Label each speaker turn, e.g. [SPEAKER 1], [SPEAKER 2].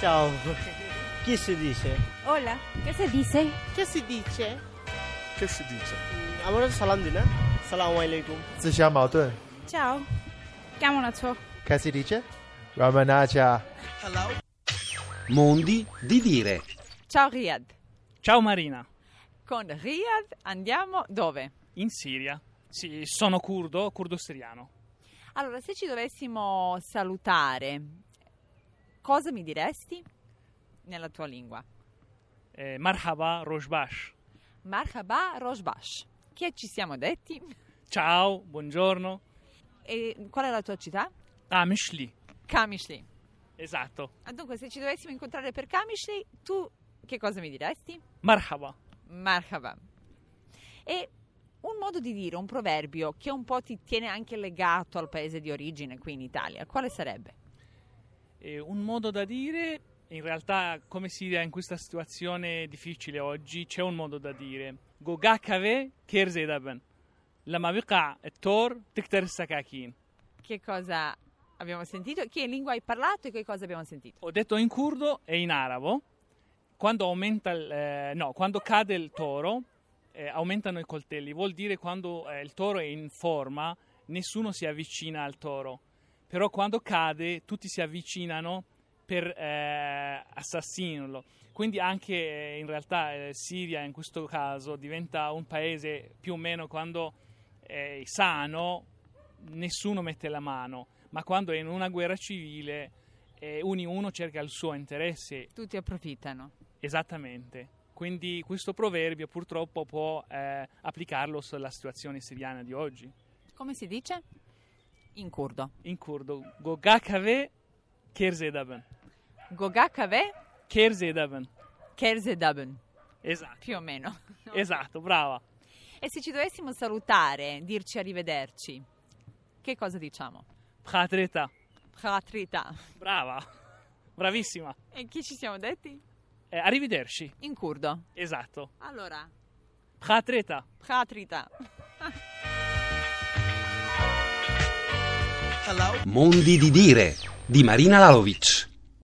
[SPEAKER 1] Ciao. Chi si dice?
[SPEAKER 2] Hola, ¿qué se dice?
[SPEAKER 3] Che si dice?
[SPEAKER 1] Che si dice? আমরা সালাম দিই না সালাম আলাইকুম
[SPEAKER 4] 自相矛盾。
[SPEAKER 2] Ciao. Chiamo una ciò.
[SPEAKER 4] Che si dice? Ramanaja.
[SPEAKER 5] Mondi di dire.
[SPEAKER 6] Ciao Riyad.
[SPEAKER 7] Ciao Marina,
[SPEAKER 6] Con Riyad andiamo dove?
[SPEAKER 7] in Siria. Sì, sono curdo, curdo siriano.
[SPEAKER 6] Allora, se ci dovessimo salutare, cosa mi diresti nella tua lingua?
[SPEAKER 7] Eh, marhaba Rojbash.
[SPEAKER 6] Marhaba Rojbash. Che ci siamo detti?
[SPEAKER 7] Ciao, buongiorno.
[SPEAKER 6] E qual è la tua città?
[SPEAKER 7] Amishli.
[SPEAKER 6] Kamishli.
[SPEAKER 7] Esatto.
[SPEAKER 6] Ah, Dunque, se ci dovessimo incontrare per Kamishli, tu che cosa mi diresti?
[SPEAKER 7] Marhaba.
[SPEAKER 6] Marhaba. E un modo di dire, un proverbio che un po' ti tiene anche legato al paese di origine qui in Italia, quale sarebbe?
[SPEAKER 7] Eh, un modo da dire, in realtà come Siria è in questa situazione difficile oggi, c'è un modo da dire. Gogakave kerzedaben. La maviqa e tor tikter sakakin.
[SPEAKER 6] Che cosa abbiamo sentito? Che lingua hai parlato e che cosa abbiamo sentito?
[SPEAKER 7] Ho detto in curdo e in arabo. Quando aumenta il, eh, no, quando cade il toro, eh, aumentano i coltelli. Vuol dire quando eh, il toro è in forma, nessuno si avvicina al toro. Però quando cade, tutti si avvicinano per eh, assassinarlo. Quindi anche eh, in realtà eh, Siria in questo caso diventa un paese più o meno quando eh, è sano, nessuno mette la mano, ma quando è in una guerra civile e ognuno cerca il suo interesse
[SPEAKER 6] Tutti approfittano.
[SPEAKER 7] esattamente. Quindi questo proverbio purtroppo può eh, applicarlo sulla situazione siriana di oggi.
[SPEAKER 6] Come si dice? In kurdo.
[SPEAKER 7] In curdo, Gogakave Kerzedaben.
[SPEAKER 6] Gogakave
[SPEAKER 7] Kerzedaben.
[SPEAKER 6] Kerzedabun,
[SPEAKER 7] Esatto,
[SPEAKER 6] più o meno.
[SPEAKER 7] esatto, brava.
[SPEAKER 6] E se ci dovessimo salutare, dirci arrivederci, che cosa diciamo?
[SPEAKER 7] Pratreta.
[SPEAKER 6] Khatrita.
[SPEAKER 7] Brava, bravissima.
[SPEAKER 6] E chi ci siamo detti?
[SPEAKER 7] Eh, arrivederci.
[SPEAKER 6] In kurdo.
[SPEAKER 7] Esatto.
[SPEAKER 6] Allora,
[SPEAKER 7] Pratreta.
[SPEAKER 6] Khatrita.
[SPEAKER 5] Mondi di dire. Di Marina Lalovic.